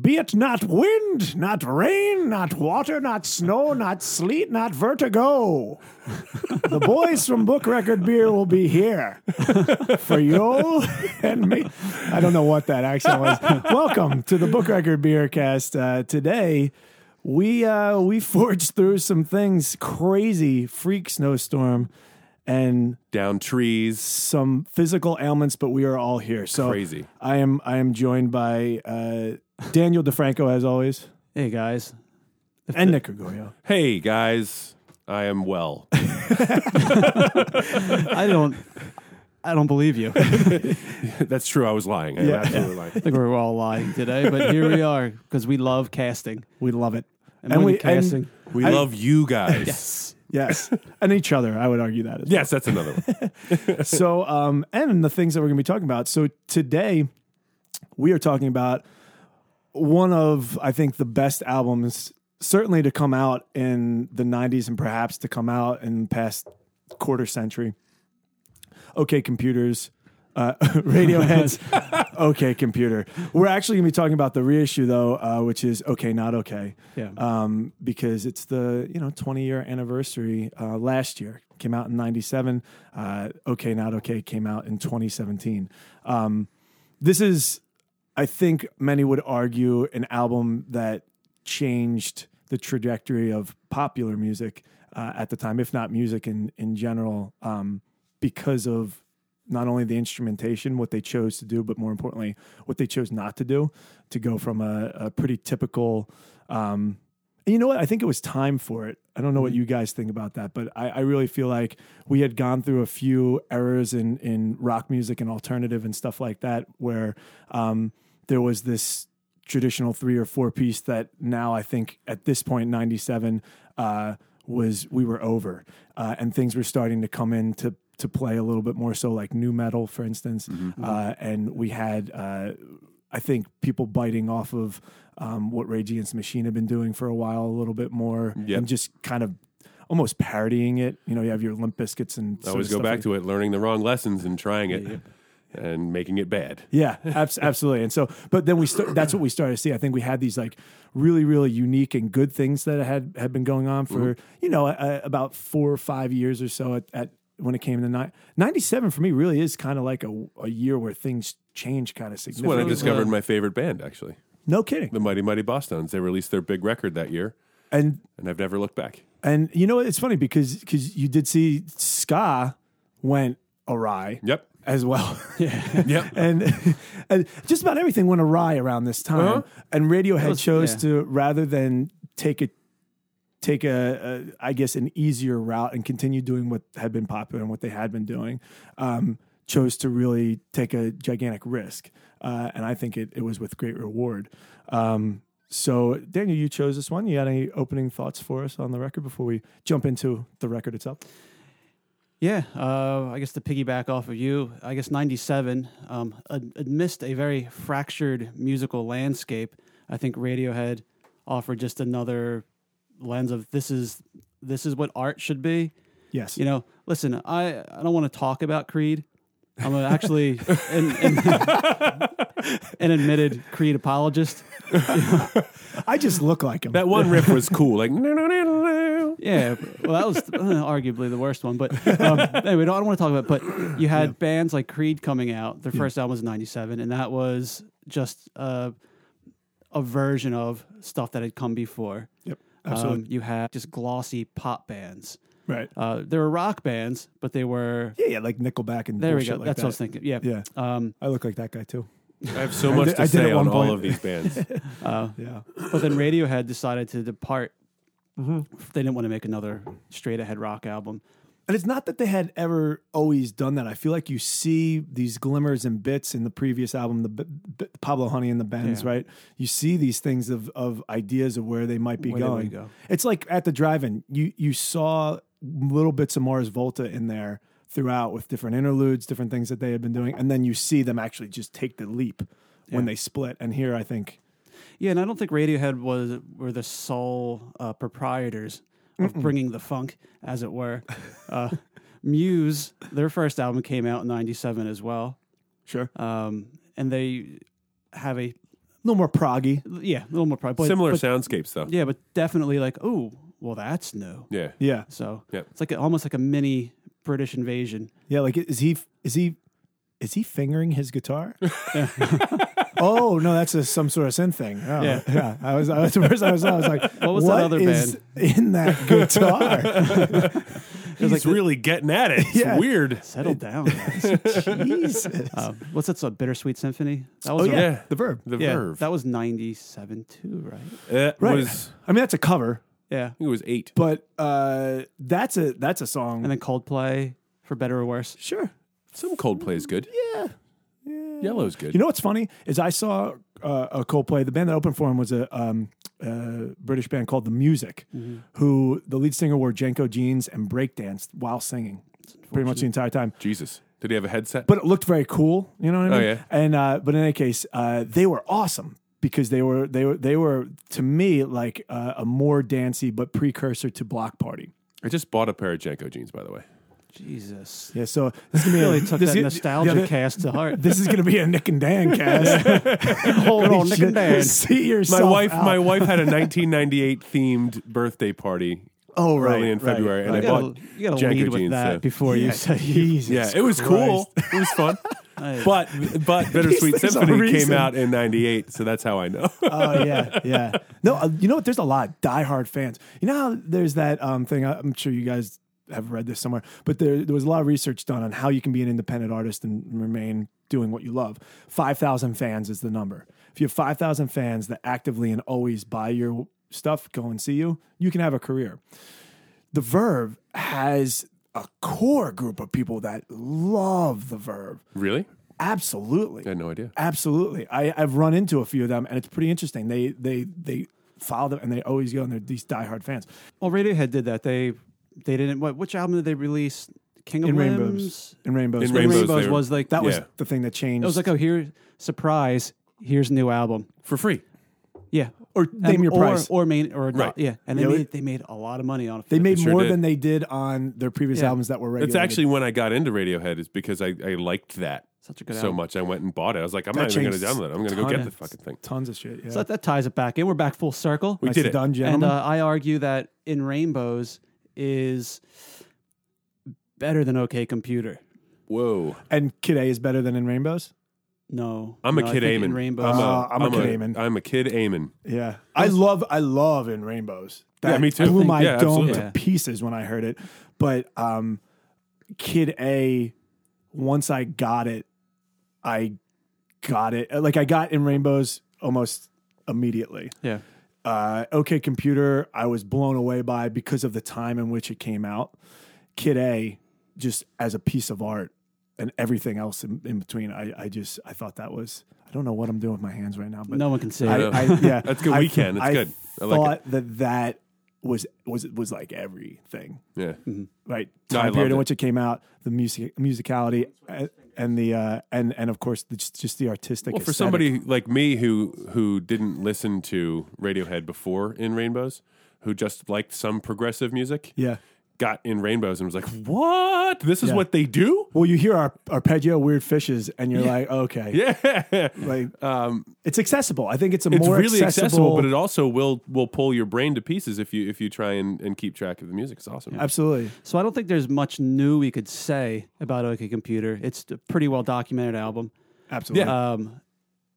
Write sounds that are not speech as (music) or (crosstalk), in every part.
Be it not wind, not rain, not water, not snow, not sleet, not vertigo. the boys from Book Record Beer will be here for you and me. I don't know what that accent was. Welcome to the Book Record Beer Cast. Uh, today, we uh, we forged through some things crazy, freak snowstorm, and Down trees. some physical ailments, but we are all here. So Crazy. I am I am joined by uh, Daniel DeFranco as always, Hey guys, and Nick Gregorio. Hey guys, I am well. (laughs) I don't, I don't believe you. (laughs) I That's true. I was lying. I Yeah. am absolutely (laughs) lying. think we're all lying today, but here we are because we love casting. We love it, And, when we we casting. We I- love you guys. yes, yes, and each other. I would argue that. As (laughs) Yes, that's another one. so um and the things that we're going to be talking about so today we are talking about one of i think the best albums certainly to come out in the 90s and perhaps to come out in the past quarter century okay computers uh, (laughs) Radiohead's "Okay Computer." We're actually going to be talking about the reissue, though, uh, which is "Okay Not Okay." yeah. um, because it's the you know 20 year anniversary uh, last year came out in 97 uh, okay not okay came out in 2017 um, this is i think many would argue an album that changed the trajectory of popular music uh, at the time if not music in, in general um, because of not only the instrumentation, what they chose to do, but more importantly, what they chose not to do, to go from a, a pretty typical. Um, and you know what? I think it was time for it. I don't know what you guys think about that, but I, I really feel like we had gone through a few errors in in rock music and alternative and stuff like that, where um, there was this traditional three or four piece that now I think at this point, 97, uh, was we were over uh, and things were starting to come in to, to play a little bit more. So, like new metal, for instance. Mm-hmm. Uh, and we had, uh, I think, people biting off of um, what Rage Against the Machine had been doing for a while a little bit more Yep. and just kind of almost parodying it. You know, you have your Limp Biscuits and I always go back to it, learning the wrong lessons and trying it and making it bad. Yeah, abs- absolutely. And so, but then we st- that's what we started to see. I think we had these like really, really unique and good things that had had been going on for you know uh, about four or five years or so at, at when it came to ni- ninety seven for me really is kind of like a, a year where things change kind of It's when I significantly. discovered my favorite band, actually, no kidding. the Mighty Mighty Boston's. They released their big record that year, And and I've never looked back. and you know what? it's funny because because you did see ska went awry Yep. as well. Yep. and, (laughs) and just about everything went awry around this time. Uh-huh. And Radiohead was- chose yeah. to rather than take a take a, a I guess an easier route and continue doing what had been popular and what they had been doing. Um, chose to really take a gigantic risk, uh, and I think it it was with great reward. Um, so Daniel, you chose this one. You had any opening thoughts for us on the record before we jump into the record itself? Yeah, uh, I guess to piggyback off of you, I guess 97 um, ad- amidst a very fractured musical landscape, I think Radiohead offered just another lens of this is this is what art should be. Yes. You know, listen, I, I don't want to talk about Creed. I'm a- (laughs) actually an, an, an admitted Creed apologist. I just look like him. That one riff was cool. Like, (laughs) no, no, no, no. Yeah, well, that was uh, arguably the worst one. But um, anyway, no, I don't want to talk about it. But you had bands like Creed coming out. Their first album was in 97, and that was just uh, a version of stuff that had come before. Yep. Um, Absolutely. you had just glossy pop bands. right. Uh, they were rock bands, but they were. Yeah, yeah, like Nickelback and There we bullshit go. Like That's that. what I was thinking. Yeah. Yeah. Um, I look like that guy too. I have so much did- I to did say at one on all point. of (laughs) these bands. Yeah. but then Radiohead decided to depart. Mm-hmm. They didn't want to make another straight ahead rock album. And it's not that they had ever always done that. I feel like you see these glimmers and bits in the previous album, the B- B- Pablo Honey and the Bends, Yeah. right? You see these things of of ideas of where they might be Where they going. would go. It's like at the drive-in, you you saw little bits of Mars Volta in there throughout with different interludes, different things that they had been doing, and then you see them actually just take the leap when they split. And here, I think, Yeah, and I don't think Radiohead was were the sole uh, proprietors of bringing the funk, as it were. Uh, Muse, their first album came out in '97 as well, sure, um, and they have a little more proggy. yeah, a little more probably but, Similar but- soundscapes though. Yeah, but definitely like, oh, well, that's new. Yeah. Yeah, So Yep. it's like a, almost like a mini British invasion. yeah. Like is he is he is he fingering his (laughs) guitar? (laughs) oh no, that's a, some sort of synth thing. Oh, Yeah. I was. I was the first I was. I was like, What was that other is in (laughs) that guitar? He's like the- really getting at it. It's Yeah. weird. Settle down. guys. Jesus. uh, what's that? So bittersweet symphony. That was oh a- yeah. yeah. the verb. The yeah, verve. That was ninety-seven too, right? That Right. was I mean, that's a cover, Yeah. I think it was eight. but uh, that's a that's a song. And then Coldplay, for better or worse. sure. Some Coldplay's good. Yeah. Yeah. Yellow's good. You know what's funny is I saw uh, a Coldplay. The band that opened for him was a, um, a British band called The Music, Mm-hmm. who the lead singer wore Jenko jeans and breakdanced while singing, pretty much the entire time. Jesus. Did he have a headset? But it looked very cool. You know what I Oh, mean? yeah. And uh, but in any case, uh, they were awesome because they were they were they were to me like uh, a more dancey but precursor to Block Party. I just bought a pair of Janko jeans, by the way. Jesus. Yeah. So this is gonna be Really a, (laughs) took this that is- nostalgia (laughs) yeah, thi- cast to heart. This is gonna be a Nick and Dan (laughs) cast. (laughs) Holy old Nick and shit. Dan. See My yourself. wife, out. my wife had a 1998 themed birthday party. Oh, right, early in right, February, right. You and I bought gotta, you gotta Janko lead with jeans. that so- before you (laughs) say Jesus yeah, it was cool. It was (laughs) fun. but (laughs) but Bittersweet things are Symphony came reason. out in '98, so that's how I know. (laughs) oh yeah, yeah. No, uh, you know what? There's a lot of diehard fans. You know how there's that um, thing. I- I'm sure you guys have read this somewhere, but there there was a lot of research done on how you can be an independent artist and remain doing what you love. Five thousand fans is the number. If you have five thousand fans that actively and always buy your stuff, go and see you, you can have a career. The Verve has a core group of people that love the Verve. really? Absolutely. I had no idea. Absolutely. I, I've run into a few of them and it's pretty interesting. They they they follow them and they always go and they're these diehard fans. Well, Radiohead did that. They they didn't. What which album did they release? King of In Limbs. rainbows. In rainbows. In That was- Rainbows, Rainbows they were- was like That was Yeah. the thing that changed. It was like, oh, here, surprise, here's a new album. For free. Yeah, or name And- your or, price. or main or Right. yeah, and they Yeah, made, it- they made a lot of money on it. they made sure more did. than they did on their previous Yeah. albums that were regular. It's actually when I got into Radiohead is because I, I liked that such a good so album. much. I went and bought it. I was like, I'm That not even going changed to download it. I'm going to go ton get of- the fucking thing. tons of shit. Yeah. So that, that ties it back in. We're back full circle. We Nicely did it. done, and gentlemen. uh, I argue that in rainbows is better than OK Computer. Whoa. and Kid A is better than in Rainbows. No, I'm a no, I kid think Amon. In rainbows, I'm a- Ah, I'm a kid Amon. I'm a kid Amon. Yeah. I love I love in Rainbows. That Yeah, me too. I blew think- my yeah, dome absolutely. to Yeah. pieces when I heard it. But um Kid A, once I got it, I got it. uh, Like I got in Rainbows almost immediately. yeah, Uh OK Computer, I was blown away by because of the time in which it came out. Kid A, just as a piece of art and everything else in, in between. I, I just I thought that was I don't know what I'm doing with my hands right now, but no one can say I, it. know. (laughs) I, yeah, That's good I- weekend. It's I good. I thought like that that was was was like everything, Yeah. Mm-hmm. right? No, I Time period loved in it. which it came out, the music musicality, uh, and the uh, and and of course the, just just the artistic. Well, for aesthetic. somebody like me who who didn't listen to Radiohead before in Rainbows, who just liked some progressive music, yeah. got in Rainbows and was like, "What? This is Yeah. what they do?" (laughs) Well, you hear our arpeggio, weird fishes, and you're like, okay, Yeah. like Um, it's accessible. I think it's a it's more really accessible, but it also will will pull your brain to pieces if you if you try and, and keep track of the music. It's awesome. absolutely. So I don't think there's much new we could say about OK Computer. It's a pretty well documented album. Absolutely. Uh, Yeah. Um,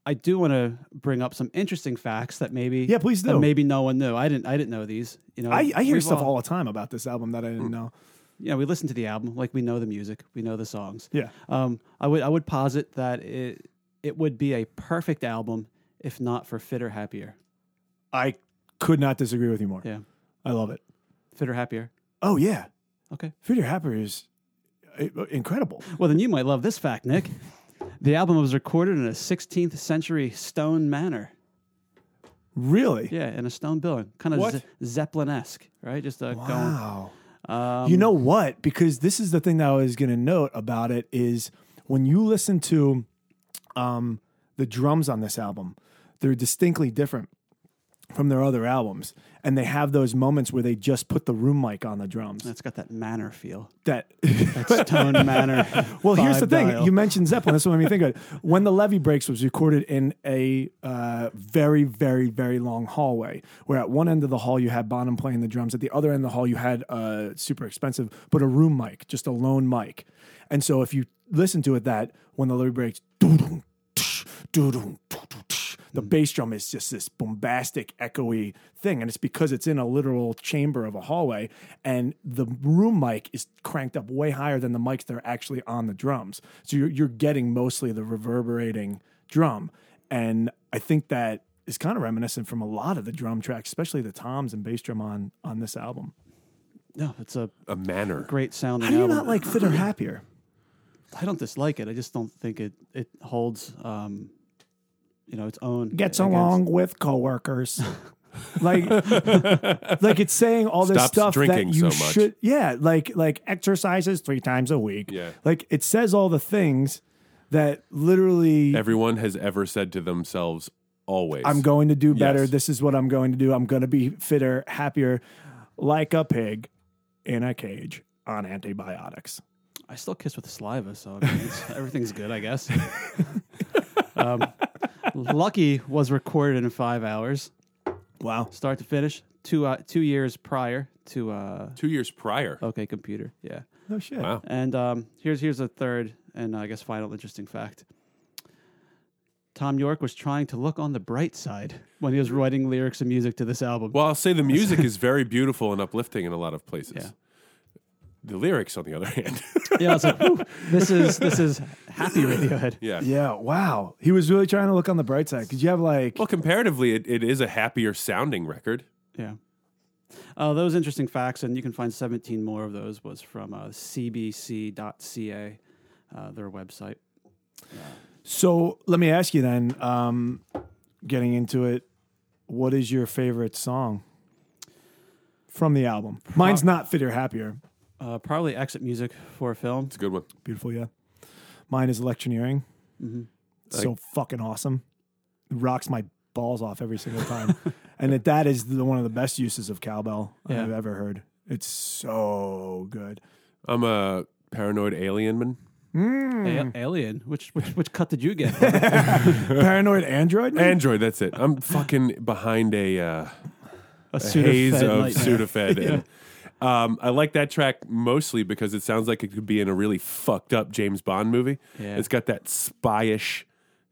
I do want to bring up some interesting facts that maybe Yeah, please that do. maybe no one knew. I didn't I didn't know these. You know, I, I hear we've stuff uh, all, the time about this album that I Mm. didn't know. Yeah, we listen to the album like we know the music, we know the songs. Yeah. Um, I would I would posit that it it would be a perfect album if not for Fitter Happier. I could not disagree with you more. Yeah, I love it. Fitter Happier. Oh yeah, Okay. Figure Happer is uh, incredible. Well, then you might love this fact, Nick. The album was recorded in a 16th century stone manor. Really? Yeah, in a stone building, kind of What? Ze- Zeppelin esque, right? Just uh, Wow. going. Um, you know what? Because this is the thing that I was going to note about it is when you listen to um, the drums on this album, they're distinctly different from their other albums, and they have those moments where they just put the room mic on the drums. That's got that (laughs) manner feel. That (laughs) That's tone manner. (laughs) well, here's the vibe thing. dial. You mentioned Zeppelin. That's what made me think of it. When the Levee Breaks was recorded in a uh, very, very, very long hallway, where at one end of the hall you had Bonham playing the drums, at the other end of the hall you had uh, super expensive, but a room mic, just a lone mic. And so if you listen to it, that when the Levee Breaks, doo-doo, tsh, doo-doo, doo-doo, tsh, the bass drum is just this bombastic, echoey thing. And it's because it's in a literal chamber of a hallway. And the room mic is cranked up way higher than the mics that are actually on the drums. So you're, you're getting mostly the reverberating drum. And I think that is kind of reminiscent from a lot of the drum tracks, especially the toms and bass drum on, on this album. No, it's a A manner. great sounding How do you album. not like Fitter Happier? I don't dislike it. I just don't think it it holds um you know its own gets against- along with coworkers. (laughs) like, like it's saying all this Stops stuff drinking that you so much. should. Yeah, like like exercises three times a week. Yeah. like it says all the things that literally Everyone has ever said to themselves, always. I'm going to do better. Yes. This is what I'm going to do. I'm going to be fitter, happier, like a pig in a cage on antibiotics. I still kiss with saliva, so I mean, it's, everything's good, I guess. um, Lucky was recorded in five hours, Wow. start to finish, two uh, two years prior to uh, Two years prior. OK Computer. Yeah, No shit. Wow. and um, here's here's a third and uh, I guess final interesting fact. Tom York was trying to look on the bright side when he was writing lyrics and music to this album. Well, I'll (laughs) say the music is very beautiful and uplifting in a lot of places. Yeah. The lyrics, on the other (laughs) hand, Yeah, I was like, "Whew, this is this is happy Radiohead. yeah. Yeah. Wow. He was really trying to look on the bright side. Could you have like? Well, comparatively, it, it is a happier sounding record. Yeah. Uh, those interesting facts, and you can find 17 more of those, was from uh, cbc.ca, uh, their website. So let me ask you then, um, getting into it, what is your favorite song from the album? Mine's not Fitter Happier. Uh, probably exit music for a film. It's a good one. Beautiful, yeah. Mine is Electioneering. So fucking awesome. It rocks my balls off every single time. and that, that is the, one of the best uses of cowbell Yeah. I've ever heard. It's so good. I'm a paranoid alien man. Hmm. A- Alien. Which, which which cut did (laughs) you get? Paranoid Android? man? Android, that's it. I'm fucking behind a, uh, A a suit haze fed of (laughs) nightmare. Sudafed. and, um, I like that track mostly because it sounds like it could be in a really fucked up James Bond movie. Yeah. It's got that spyish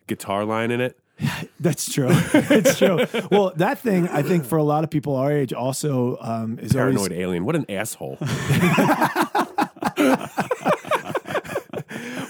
guitar line in it. That's true. (laughs) it's true. Well, that thing, I think for a lot of people our age also um, is always Paranoid alien. What an (laughs) asshole.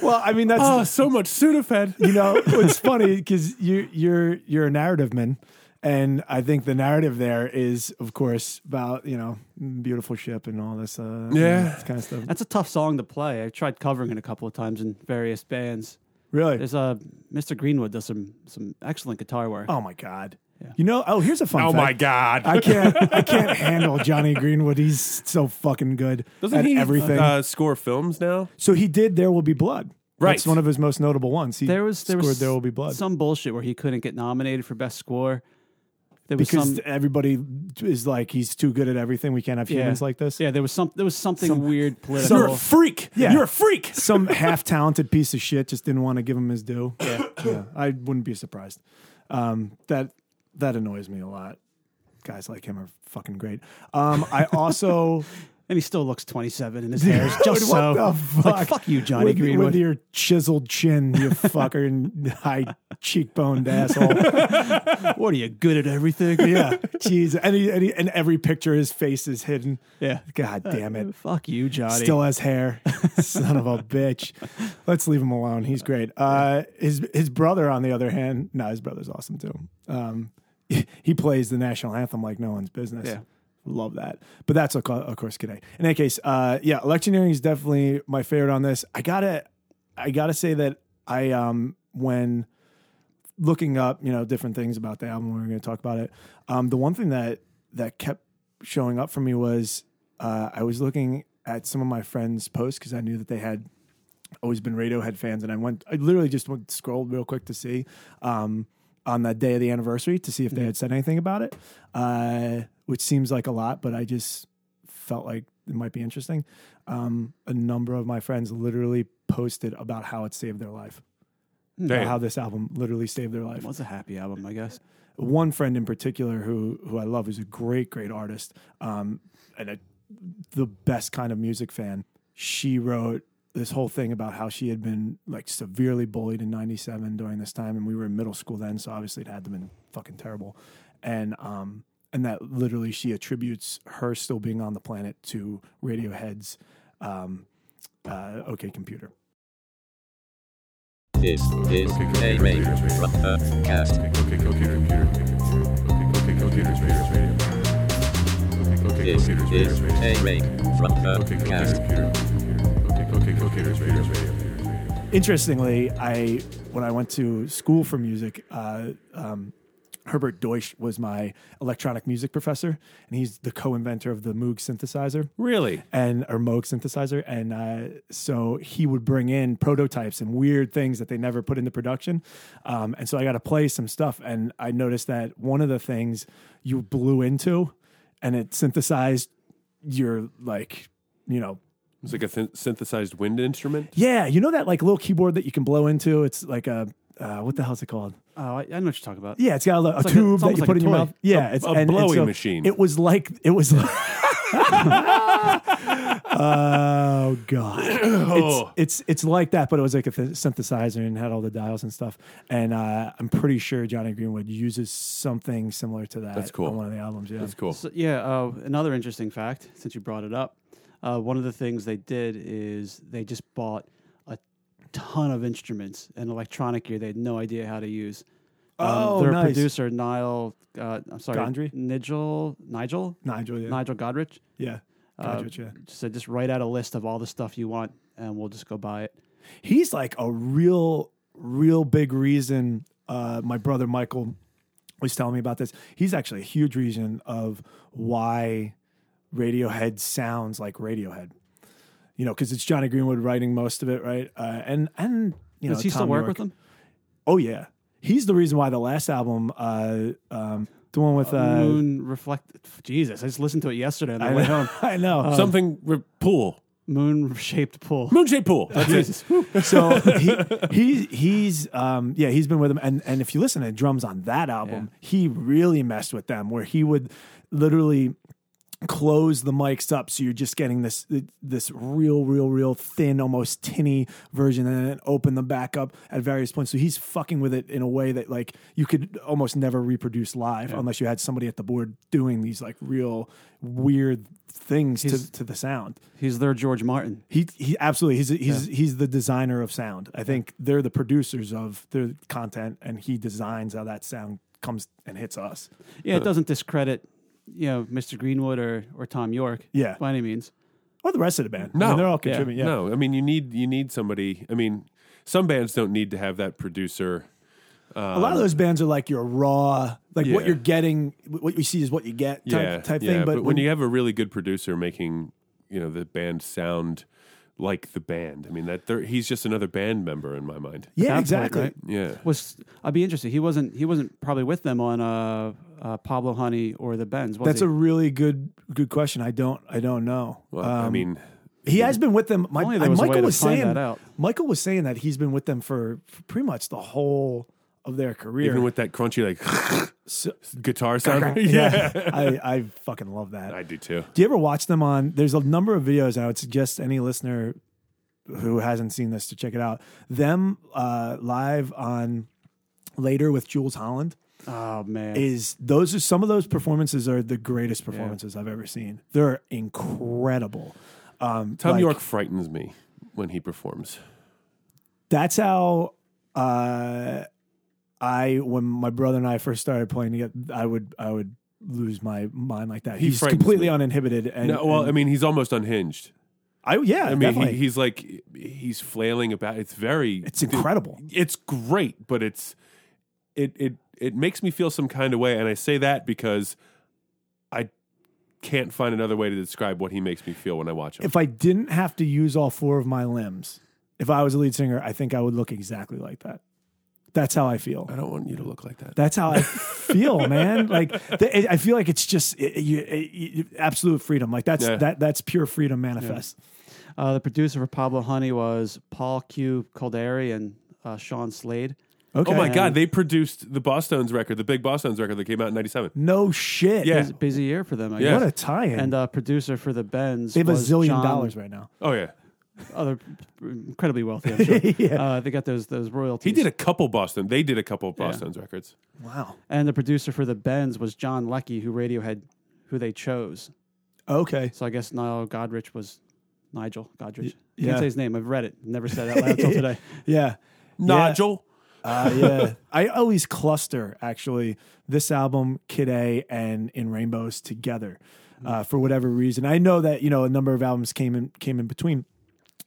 Well, I mean, that's oh, so much Sudafed. you know, it's funny because you you're you're a narrative man, and I think the narrative there is, of course, about you know, beautiful ship and all this, uh, Yeah. kind of stuff. That's a tough song to play. I tried covering it a couple of times in various bands. Really? There's uh, Mr. Greenwood does some some excellent guitar work. Oh my god! Yeah. You know? Oh, here's a fun. Oh fact. my God. I can't I (laughs) can't handle Johnny Greenwood. He's so fucking good at everything. uh, score films now? so he did. There will be blood. Right. That's one of his most notable ones. He There was there scored was There Will Be Blood Some bullshit where he couldn't get nominated for best score. There was because some everybody is like he's too good at everything. We can't have humans like this. Yeah, there was some there was something weird You're political. a freak. Yeah. You're a freak. (laughs) some half talented piece of shit just didn't want to give him his due. Yeah. I wouldn't be surprised. Um, that that annoys me a lot. Guys like him are fucking great. Um, I (laughs) also and he still looks 27 and his hair is just (laughs) Dude, so what the fuck? like fuck you Johnny with, Greenwood. with your chiseled chin, you fucker and (laughs) high cheekboned asshole. what are you good at everything? (laughs) Yeah, jeez. And, he, and, he, and every picture, his face is hidden. yeah. God (laughs) damn it. Fuck you Johnny. Still has hair. (laughs) Son of a bitch. Let's leave him alone. He's great. Uh, his his brother, on the other hand, no, his brother's awesome too. Um, (laughs) he plays the national anthem like no one's business. Yeah. Love that. But that's, of co- of course, today. In any case, uh, yeah, electioneering is definitely my favorite on this. I gotta, I gotta say that I, um, when looking up, you know, different things about the album, we were going to talk about it. Um, the one thing that that kept showing up for me was uh, I was looking at some of my friends' posts because I knew that they had always been Radiohead fans, and I went, I literally just went scrolled real quick to see. Um, on that day of the anniversary to see if they had said anything about it, uh, which seems like a lot, but I just felt like it might be interesting. Um, a number of my friends literally posted about how it saved their life, about Damn. how this album literally saved their life What's a happy album, I guess? one friend in particular who who I love who's a great great artist um, and a, the best kind of music fan. She wrote this whole thing about how she had been like severely bullied in '97 during this time, and we were in middle school then, so obviously it had to been fucking terrible, and um and that literally she attributes her still being on the planet to Radiohead's um, uh, OK Computer. This is a major cast. Okay, okay, computer. Okay, okay, computers, radio, radio. Okay, This computers, is radio, radio. a make from Okay, the computers, cast. computer. Okay, okay, computers, radio, radio. Interestingly, I when I went to school for music, uh, um, Herbert Deutsch was my electronic music professor, and he's the co-inventor of the Moog synthesizer Really? and or Moog synthesizer, and uh, so he would bring in prototypes and weird things that they never put into production, um, and so I got to play some stuff, and I noticed that one of the things you blew into, and it synthesized your like you know It's like a th- synthesized wind instrument. yeah, you know that like little keyboard that you can blow into. It's like a uh, what the hell's it called? Oh, I, I know what you're talking about. Yeah, it's got a, li- a like a- tube it's that almost you like put a in your toy. mouth. Yeah, it's a and- and blowing so machine. It was like it was. like (laughs) oh god, it's, it's it's like that, but it was like a th- synthesizer and had all the dials and stuff. And uh, I'm pretty sure Johnny Greenwood uses something similar to that. That's cool. On one of the albums, yeah. That's cool. So, yeah, uh, another interesting fact, since you brought it up, uh, one of the things they did is they just bought a ton of instruments and electronic gear they had no idea how to use. Um, Oh, their nice. producer, Niall, uh, I'm sorry, Gondry? Nigel, Nigel, Nigel, yeah, Nigel Godrich, yeah. uh, Godrich, yeah. said just write out a list of all the stuff you want and we'll just go buy it. he's like a real, real big reason. Uh, my brother Michael was telling me about this. He's actually a huge reason of why Radiohead sounds like Radiohead. You know, because it's Johnny Greenwood writing most of it, right? Uh, and and you know, uh, Does he still Tom work Yorke. with them? Oh yeah, he's the reason why the last album, uh, um, the one with uh, Moon Reflect. Jesus, I just listened to it yesterday on the I way know, home. (laughs) (laughs) I know. Uh, Something re- pool, Moon shaped pool. moonshaped pool. That's it. So he, he he's um yeah he's been with them and and if you listen to drums on that album he really messed with them where he would literally close the mics up so you're just getting this this real real real thin almost tinny version and then open them back up at various points so he's fucking with it in a way that like you could almost never reproduce live unless you had somebody at the board doing these like real weird things He's- to, to the sound He's their George Martin. he he absolutely he's he's he's the designer of sound. I think they're the producers of their content, and he designs how that sound comes and hits us. Yeah, it doesn't discredit, you know, Mr. Greenwood or, or Tom York. Yeah. By any means. Or the rest of the band. I mean, No. they're all Yeah. contributing. Yeah, No, I mean you need you need somebody. I mean, some bands don't need to have that producer. a lot of those bands are like your raw, like what Yeah. you're getting, what you see is what you get type, yeah, type yeah. thing. But, when, you have a really good producer making, you know, the band sound like the band. I mean, that they're- he's just another band member in my mind. yeah, At that point, exactly. right? Yeah, Was I'd be interested. He wasn't he wasn't probably with them on uh, uh Pablo Honey or the Bends, was That's he? a really good good question. I don't I don't know. well, I Um, mean, He has been with them. My, uh, Only there was a Michael way to was find saying that out. Michael was saying that he's been with them for, for pretty much the whole of their career. even with that crunchy like (laughs) So- guitar sound, (laughs) yeah, yeah, I, I fucking love that. I do too. Do you ever watch them on? There's a number of videos, and I would suggest any listener who hasn't seen this to check it out. Them uh, live on later with Jules Holland oh man. is those are some of those performances are the greatest performances I've ever seen. They're incredible. Um, Tom like, York frightens me when he performs. That's how. Uh, I when my brother and I first started playing together, I would I would lose my mind like that. He He's frightens completely me. uninhibited. And, No, well, and I mean, he's almost unhinged. I yeah, I mean, definitely. he, he's like he's flailing about. It's very it's incredible. it's great, but it's it it it makes me feel some kind of way, and I say that because I can't find another way to describe what he makes me feel when I watch him. if I didn't have to use all four of my limbs, if I was a lead singer, I think I would look exactly like that. That's how I feel. I don't want you to look like that. That's how (laughs) I feel, man. Like the, it- I feel like it's just it, you, it, you- absolute freedom. Like that's Yeah. that that's pure freedom manifest. Uh, the producer for Pablo Honey was Paul Q. Calderi and uh, Sean Slade. Okay. Oh my God, they produced the Boston's record, the big Boston's record that came out in '97. No shit. Yeah. Bus- busy year for them, I Yeah. guess. What a tie-in. And uh, producer for the Bends. they have a was zillion John- dollars right now. Oh yeah, Other incredibly wealthy, (laughs) I'm sure. uh, they got those those royalties. he did a couple Boston. They did a couple of Yeah. Boston's records. Wow. and the producer for the Bends was John Leckie, who Radiohead, who they chose. Okay. So I guess Niall Godrich was Nigel Godrich. Y- yeah. Can't say his name. I've read it. Never said it out loud (laughs) until today. Yeah. Nigel. Uh, yeah. I always cluster actually this album, Kid A, and In Rainbows together Hmm. uh, for whatever reason. I know that you know a number of albums came in came in between.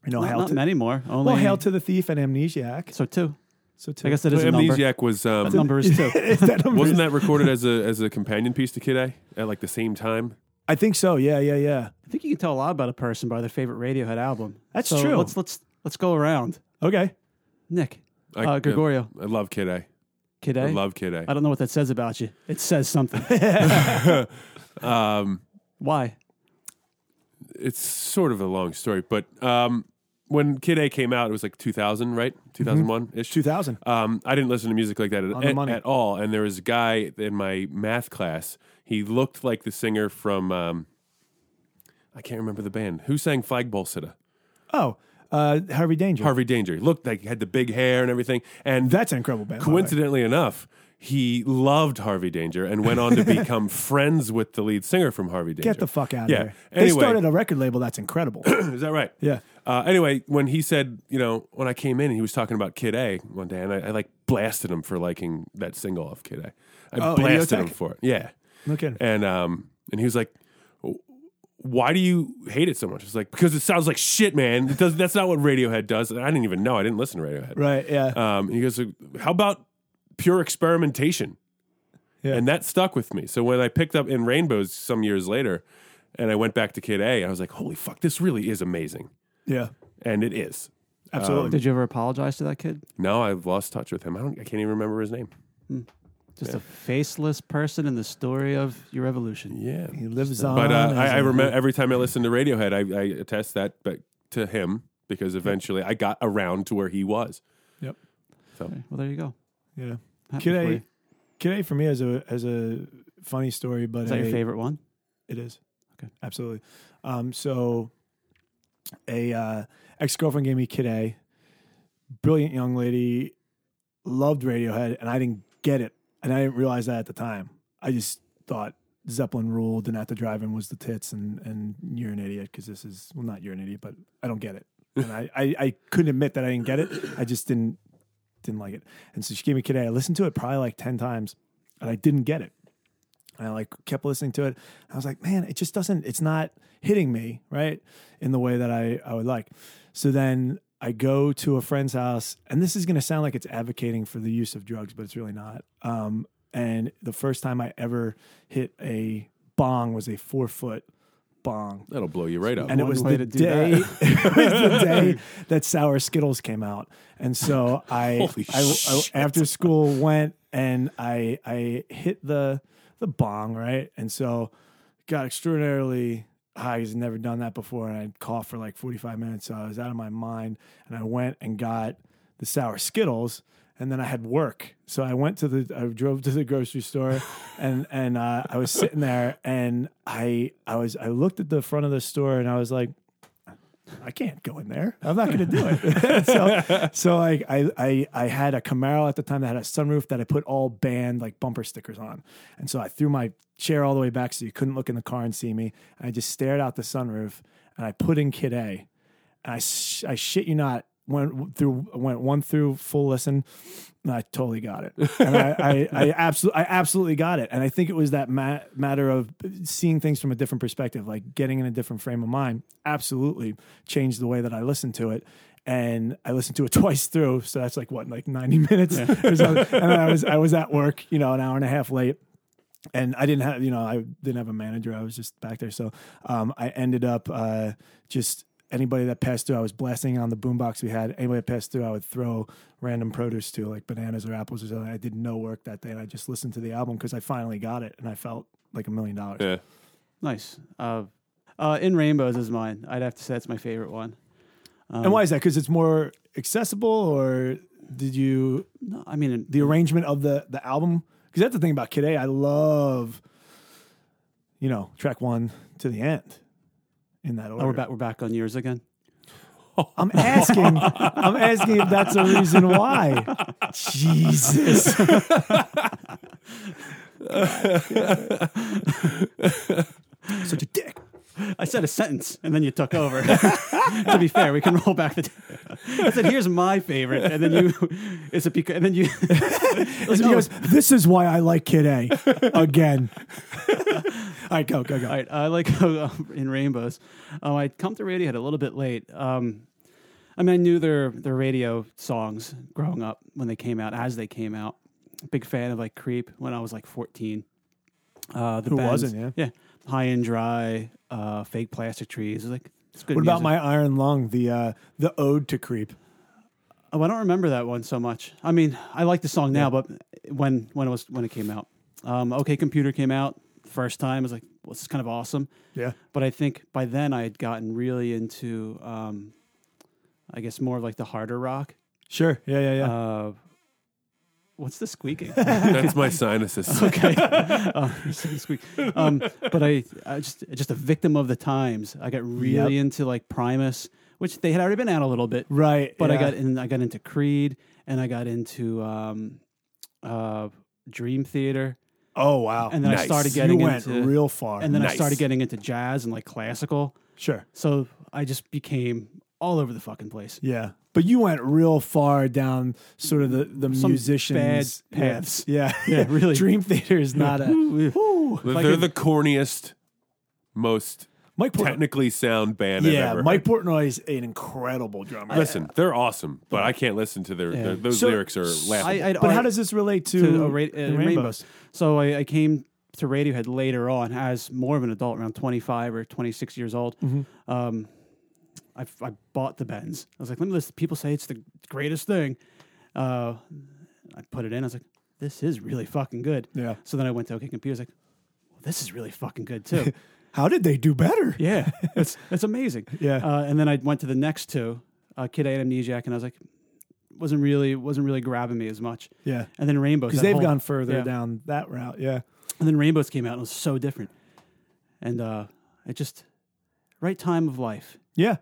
You know, Not, Hail not to many more. Only well, Hail to the Thief and Amnesiac. so two. So two. I guess that is a number. Amnesiac was um, That number (laughs) is two. Is that (laughs) a- wasn't that recorded as a as a companion piece to Kid A at like the same time? I think so. Yeah, yeah, yeah. I think you can tell a lot about a person by their favorite Radiohead album. That's So true. Let's let's let's go around. Okay. Nick, I, uh, Gregorio, I love Kid A. Kid I A. love Kid I A. don't know what that says about you. It says something. (laughs) Um, Why? it's sort of a long story, but um, when Kid A came out, it was like 2000, right? 2001 ish. 2000. Um, I didn't listen to music like that at, Mm-hmm. On the at- money. at all. And there was a guy in my math class. He looked like the singer from um, I can't remember the band who sang Flagpole Sitta. Oh, uh, Harvey Danger. Harvey Danger. He looked like he had the big hair and everything. And That's an incredible band. by the way. coincidentally enough, he loved Harvey Danger and (laughs) went on to become friends with the lead singer from Harvey Danger. Get the fuck out of Yeah. here. They Anyway. started a record label. That's (coughs) incredible. Is that right? Yeah. Uh, anyway, when he said, you know, when I came in, he was talking about Kid A one day, and I, I like blasted him for liking that single off Kid A. I Oh, blasted Idiotech? him for it. Yeah. no kidding. And um, and he was like, "Why do you hate it so much?" It's like because it sounds like shit, man. It does. That's not what Radiohead does. And I didn't even know. I didn't listen to Radiohead. Right. Yeah. Uh, Um, and he goes, "How about pure experimentation?" Yeah. And that stuck with me. So when I picked up in Rainbows some years later, and I went back to Kid A, I was like, "Holy fuck, this really is amazing." yeah. and it is. um, Absolutely. Did you ever apologize to that kid? Now I've lost touch with him. I don't. I can't even remember his name. Just a faceless person in the story of your evolution. Yeah, he lives on. but uh, I, as I a- remember every time I listen to Radiohead, I, I attest that, but to him because eventually I got around to where he was. Okay, Well, there you go. Yeah. Happy Kid for you. A, Kid A for me is a as a funny story, but Is that your a- favorite one? It is. Okay. Absolutely. Um, so a uh, ex-girlfriend gave me Kid A. Brilliant young lady, loved Radiohead, and I didn't get it. And I didn't realize that at the time. I just thought Zeppelin ruled and at the drive-in was the tits and and you're an idiot because this is well not you're an idiot, but I don't get it. And I, I, I couldn't admit that I didn't get it. I just didn't didn't like it. And so she gave me Kid A. I listened to it probably like ten times and I didn't get it. And I like kept listening to it. I was like, man, it just doesn't, it's not hitting me, right? In the way that I, I would like. So then I go to a friend's house, and this is gonna sound like it's advocating for the use of drugs, but it's really not. Um, and the first time I ever hit a bong was a four foot bong. That'll blow you right up. And it One was way the to do day (laughs) it was the day that Sour Skittles came out. And so I, Holy I, I after school went and I I hit the the bong, right? And so got extraordinarily high because I'd never done that before and I'd cough for like 45 minutes. So I was out of my mind and I went and got the sour Skittles and then I had work. So I went to the, I drove to the grocery store and, and uh, I was sitting there and I, I was, I looked at the front of the store and I was like, I can't go in there. I'm not going to do it. (laughs) so, so like I, I, I had a Camaro at the time that had a sunroof that I put all band like bumper stickers on, and so I threw my chair all the way back so you couldn't look in the car and see me. And I just stared out the sunroof, and I put in Kid A, and I, sh- I shit you not, went through, went one through full listen, and I totally got it. And I, I, I absolutely, I absolutely got it. And I think it was that ma- matter of seeing things from a different perspective, like getting in a different frame of mind. Absolutely changed the way that I listened to it. And I listened to it (laughs) twice through, so that's like what, like ninety minutes. (laughs) or something. and I was, I was at work, you know, an hour and a half late and I didn't have, you know, I didn't have a manager. I was just back there. So um, I ended up uh, just anybody that passed through, I was blasting on the boombox we had. Anybody that passed through, I would throw random produce to, like bananas or apples or something. I did no work that day, and I just listened to the album because I finally got it, and I felt like a million dollars. (laughs) Yeah. Nice. Uh, uh, in Rainbows is mine. I'd have to say that's my favorite one. Um, And why is that? Because it's more accessible, or did you No, I mean, the arrangement of the the album? Because that's the thing about Kid A. I love, you know, track one to the end in that order. oh, we're back. We're back on yours again. I'm asking. I'm asking if that's a reason why. Jesus. (laughs) Such a dick. I said a sentence, and then you took over. (laughs) to be fair, we can roll back the. (laughs) I said, "Here's my favorite," and then you. (laughs) Is it because? And then you. (laughs) It's because this is why I like Kid A. Again. (laughs) All right, go go go. All right, I like how (laughs) um, in Rainbows. Um, I come to Radiohead a little bit late. Um, I mean, I knew their their radio songs growing up when they came out, as they came out. Big fan of like Creep when I was like fourteen. Uh, the Who bands- wasn't, yeah? yeah, High and Dry, uh, Fake Plastic Trees. it was Like it's good. What about music. my Iron Lung? The uh, the ode to creep. Oh, I don't remember that one so much. I mean, I like the song now, but when when it was when it came out, um, OK Computer came out first time. I was like, well, this is kind of awesome. Yeah. But I think by then I had gotten really into, um, I guess, more of like the harder rock. Sure. Yeah, yeah, yeah. Uh, what's the squeaking? (laughs) That's my (laughs) (laughs) sinuses. okay, uh, (laughs) so to speak. Um, but I, I just just a victim of the times. I got really Yep. into like Primus, which they had already been out a little bit, right. but I yeah. got in. I got into Creed, and I got into um, uh, Dream Theater, Oh wow. and then I Nice. started you getting went into, real far. and then Nice. I started getting into jazz and like classical. sure. So I just became all over the fucking place. Yeah. But you went real far down sort of the the Some musicians bad paths. (laughs) Yeah. Yeah, really. Dream Theater is not a Woo. They're Like a- the corniest, most Mike Portnoy. technically sound band I've Yeah, ever Mike heard. Portnoy is an incredible drummer. Listen, they're awesome, but I can't listen to their, their- those So- lyrics are laughable. I, I'd but how already- does this relate to, to a ra- uh, the rainbows. So I, I came to Radiohead later on as more of an adult, around 25 or 26 years old. Mm-hmm. Um, I, f- I bought the Benz. I was like, let me listen. People say it's the greatest thing. Uh, I put it in. I was like, this is really fucking good. Yeah. So then I went to OK Computer. I was like, well, this is really fucking (laughs) good too. How did they do better? yeah, (laughs) it's it's amazing. Yeah. Uh, and then I went to the next two, uh, Kid A and Amnesiac, and I was like, wasn't really wasn't really grabbing me as much. Yeah. And then Rainbows Because that they've whole- gone further yeah. down that route. Yeah. And then Rainbows came out and it was so different. And uh it just right time of life. Yeah.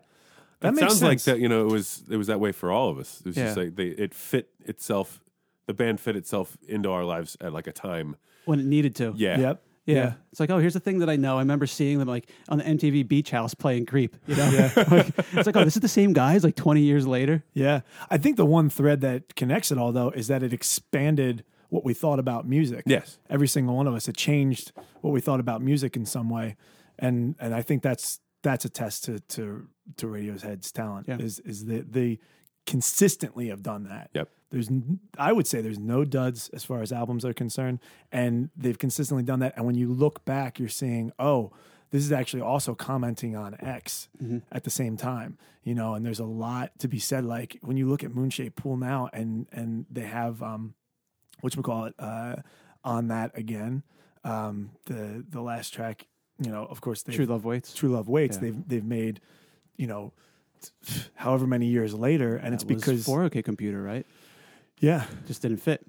That it makes sounds sense. like that. You know, it was it was that way for all of us. It was just Yeah. like they it fit itself. The band fit itself into our lives at like a time. When it needed to. Yeah. Yep. Yeah. It's like, oh, here's the thing that I know. I remember seeing them like on the MTV Beach House playing Creep. You know? (laughs) Like, it's like, oh, this is the same guys like 20 years later. Yeah. I think the one thread that connects it all, though, is that it expanded what we thought about music. Yes. Every single one of us. It changed what we thought about music in some way. And and I think that's that's a test to to to Radiohead's talent Yeah. is is that they consistently have done that. Yep. There's n- I would say there's no duds as far as albums are concerned and they've consistently done that and when you look back you're seeing oh this is actually also commenting on X Mm-hmm. at the same time you know and there's a lot to be said like when you look at Moonshaped Pool now and and they have um which we call it uh on that again um the the last track you know of course they True Love Waits. True Love Waits Yeah. they've they've made you know however many years later and it's That was because for OK Computer, right? yeah Just didn't fit.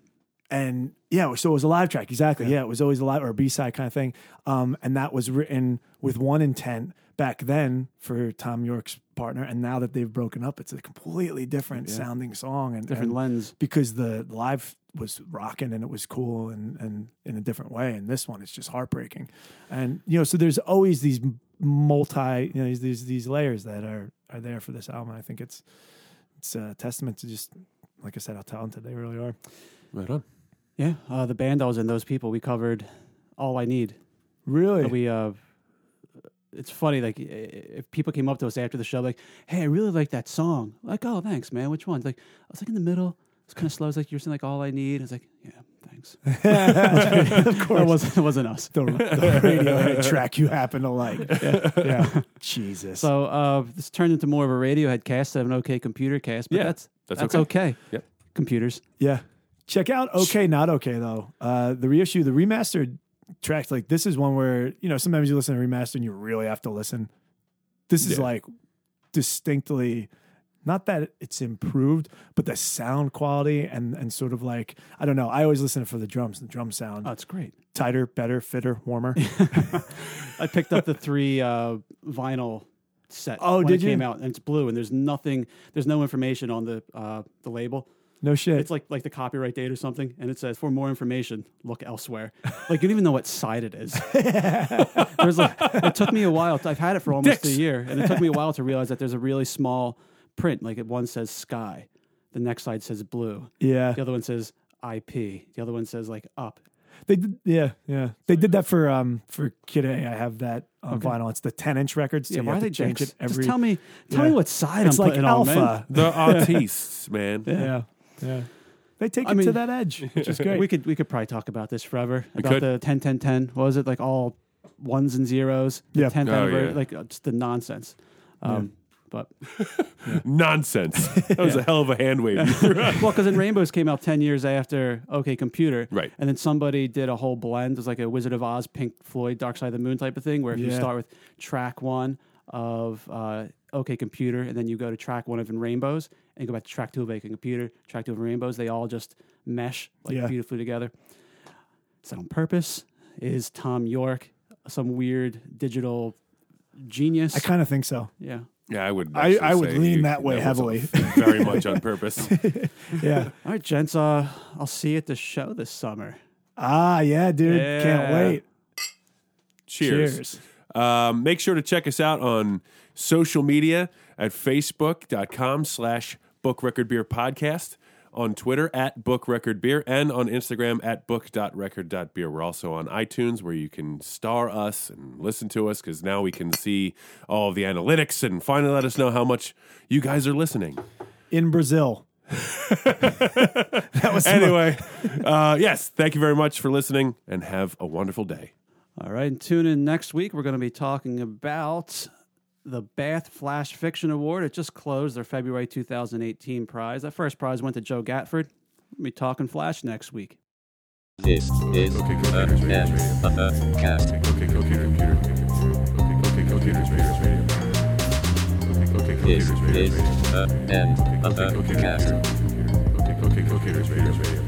and yeah, so it was a live track, exactly. Yeah, it was always a live or a B side kind of thing. Um, and that was written with one intent back then for Tom York's partner, and now that they've broken up, it's a completely different sounding song and Different and lens. because the live was rocking and it was cool and and in a different way. And this one, it's just heartbreaking, and you know, so there's always these multi, you know, these these, these layers that are are there for this album. I think it's it's a testament to just. Like I said, how talented they really are. Right on. Yeah. Uh, the band I was in, those people, we covered All I Need. Really, that we uh it's funny like i- if people came up to us after the show like hey i really like that song like oh thanks man which one like i was like in the middle was kind of slow. It's like you were saying like all I need. I was like, yeah, thanks. (laughs) of That course. wasn't it wasn't us. the, the (laughs) Radiohead track you happen to like. Yeah. Jesus. So uh, this turned into more of a Radiohead cast than an OK Computer cast, but Yeah, that's that's that's, okay. okay. Yep. Computers. yeah. Check out Okay Not Okay though. Uh, the reissue, the remastered tracks, like this is one where, you know, sometimes you listen to remastered and you really have to listen. This is Yeah. like distinctly not that it's improved, but the sound quality and and sort of like I don't know. I always listen for the drums, the drum sound. Oh, it's great. Tighter, better, fitter, warmer. (laughs) I picked up the three uh, vinyl set. Oh, when did it came you? out, and it's blue, and there's nothing, there's no information on the uh, the label. No shit. It's like like the copyright date or something, and it says for more information, look elsewhere. like you don't even know what side (laughs) it is. There's like, it took me a while. To, I've had it for almost Dicks. a year, and it took me a while to realize that there's a really small print. Like one says sky, the next side says blue, yeah. the other one says IP, the other one says like up. They did, yeah, yeah. They did that for um for Kid A. I have that on vinyl. It's the ten inch records. So you have to change dicks? it every. Just tell me, tell Yeah. me what side it's I'm like putting on, man. alpha. (laughs) The artists, man. yeah, yeah. They take I it to mean- that (laughs) edge, which is great. We could we could probably talk about this forever about could. the 10 10 10 what was it like all ones and zeros the Yeah. 10th Oh, anniversary yeah. like uh, just the nonsense um but (laughs) Nonsense. That was a hell of a hand wave. well cuz then Rainbows came out 10 years after OK Computer Right. and then somebody did a whole blend it was like a Wizard of Oz Pink Floyd Dark Side of the Moon type of thing where if you Yeah. start with track 1 of uh OK Computer, and then you go to track one of In Rainbows, and go back to track two of OK Computer, track two of In Rainbows. They all just mesh like Yeah. beautifully together. Is that on purpose? Is Tom York some weird digital genius? I kind of think so. yeah. yeah, I would. I- actually I would say lean you- that way was heavily. Very much on (laughs) purpose. (laughs) Yeah. All right, gents. Uh, I'll see you at the show this summer. ah, yeah, dude. Can't Yeah. wait. Cheers. Cheers. Um, make sure to check us out on social media at facebook.com slash book record beer podcast, on Twitter at book record beer, and on Instagram at book.record.beer. We're also on iTunes where you can star us and listen to us because now we can see all the analytics and finally let us know how much you guys are listening. In Brazil. that was Anyway, (laughs) uh, yes, thank you very much for listening and have a wonderful day. All right, and tune in next week. We're going to be talking about the Bath Flash Fiction Award. It just closed their February 2018 prize. That first prize went to Joe Gatford. We'll be talking Flash next week. This is the end of the cast. Okay, go get computer. Okay, go get computers radio. Okay, go get This computers radio. is the end of the Okay, go get cast. computers radio. Okay, go get computers radio.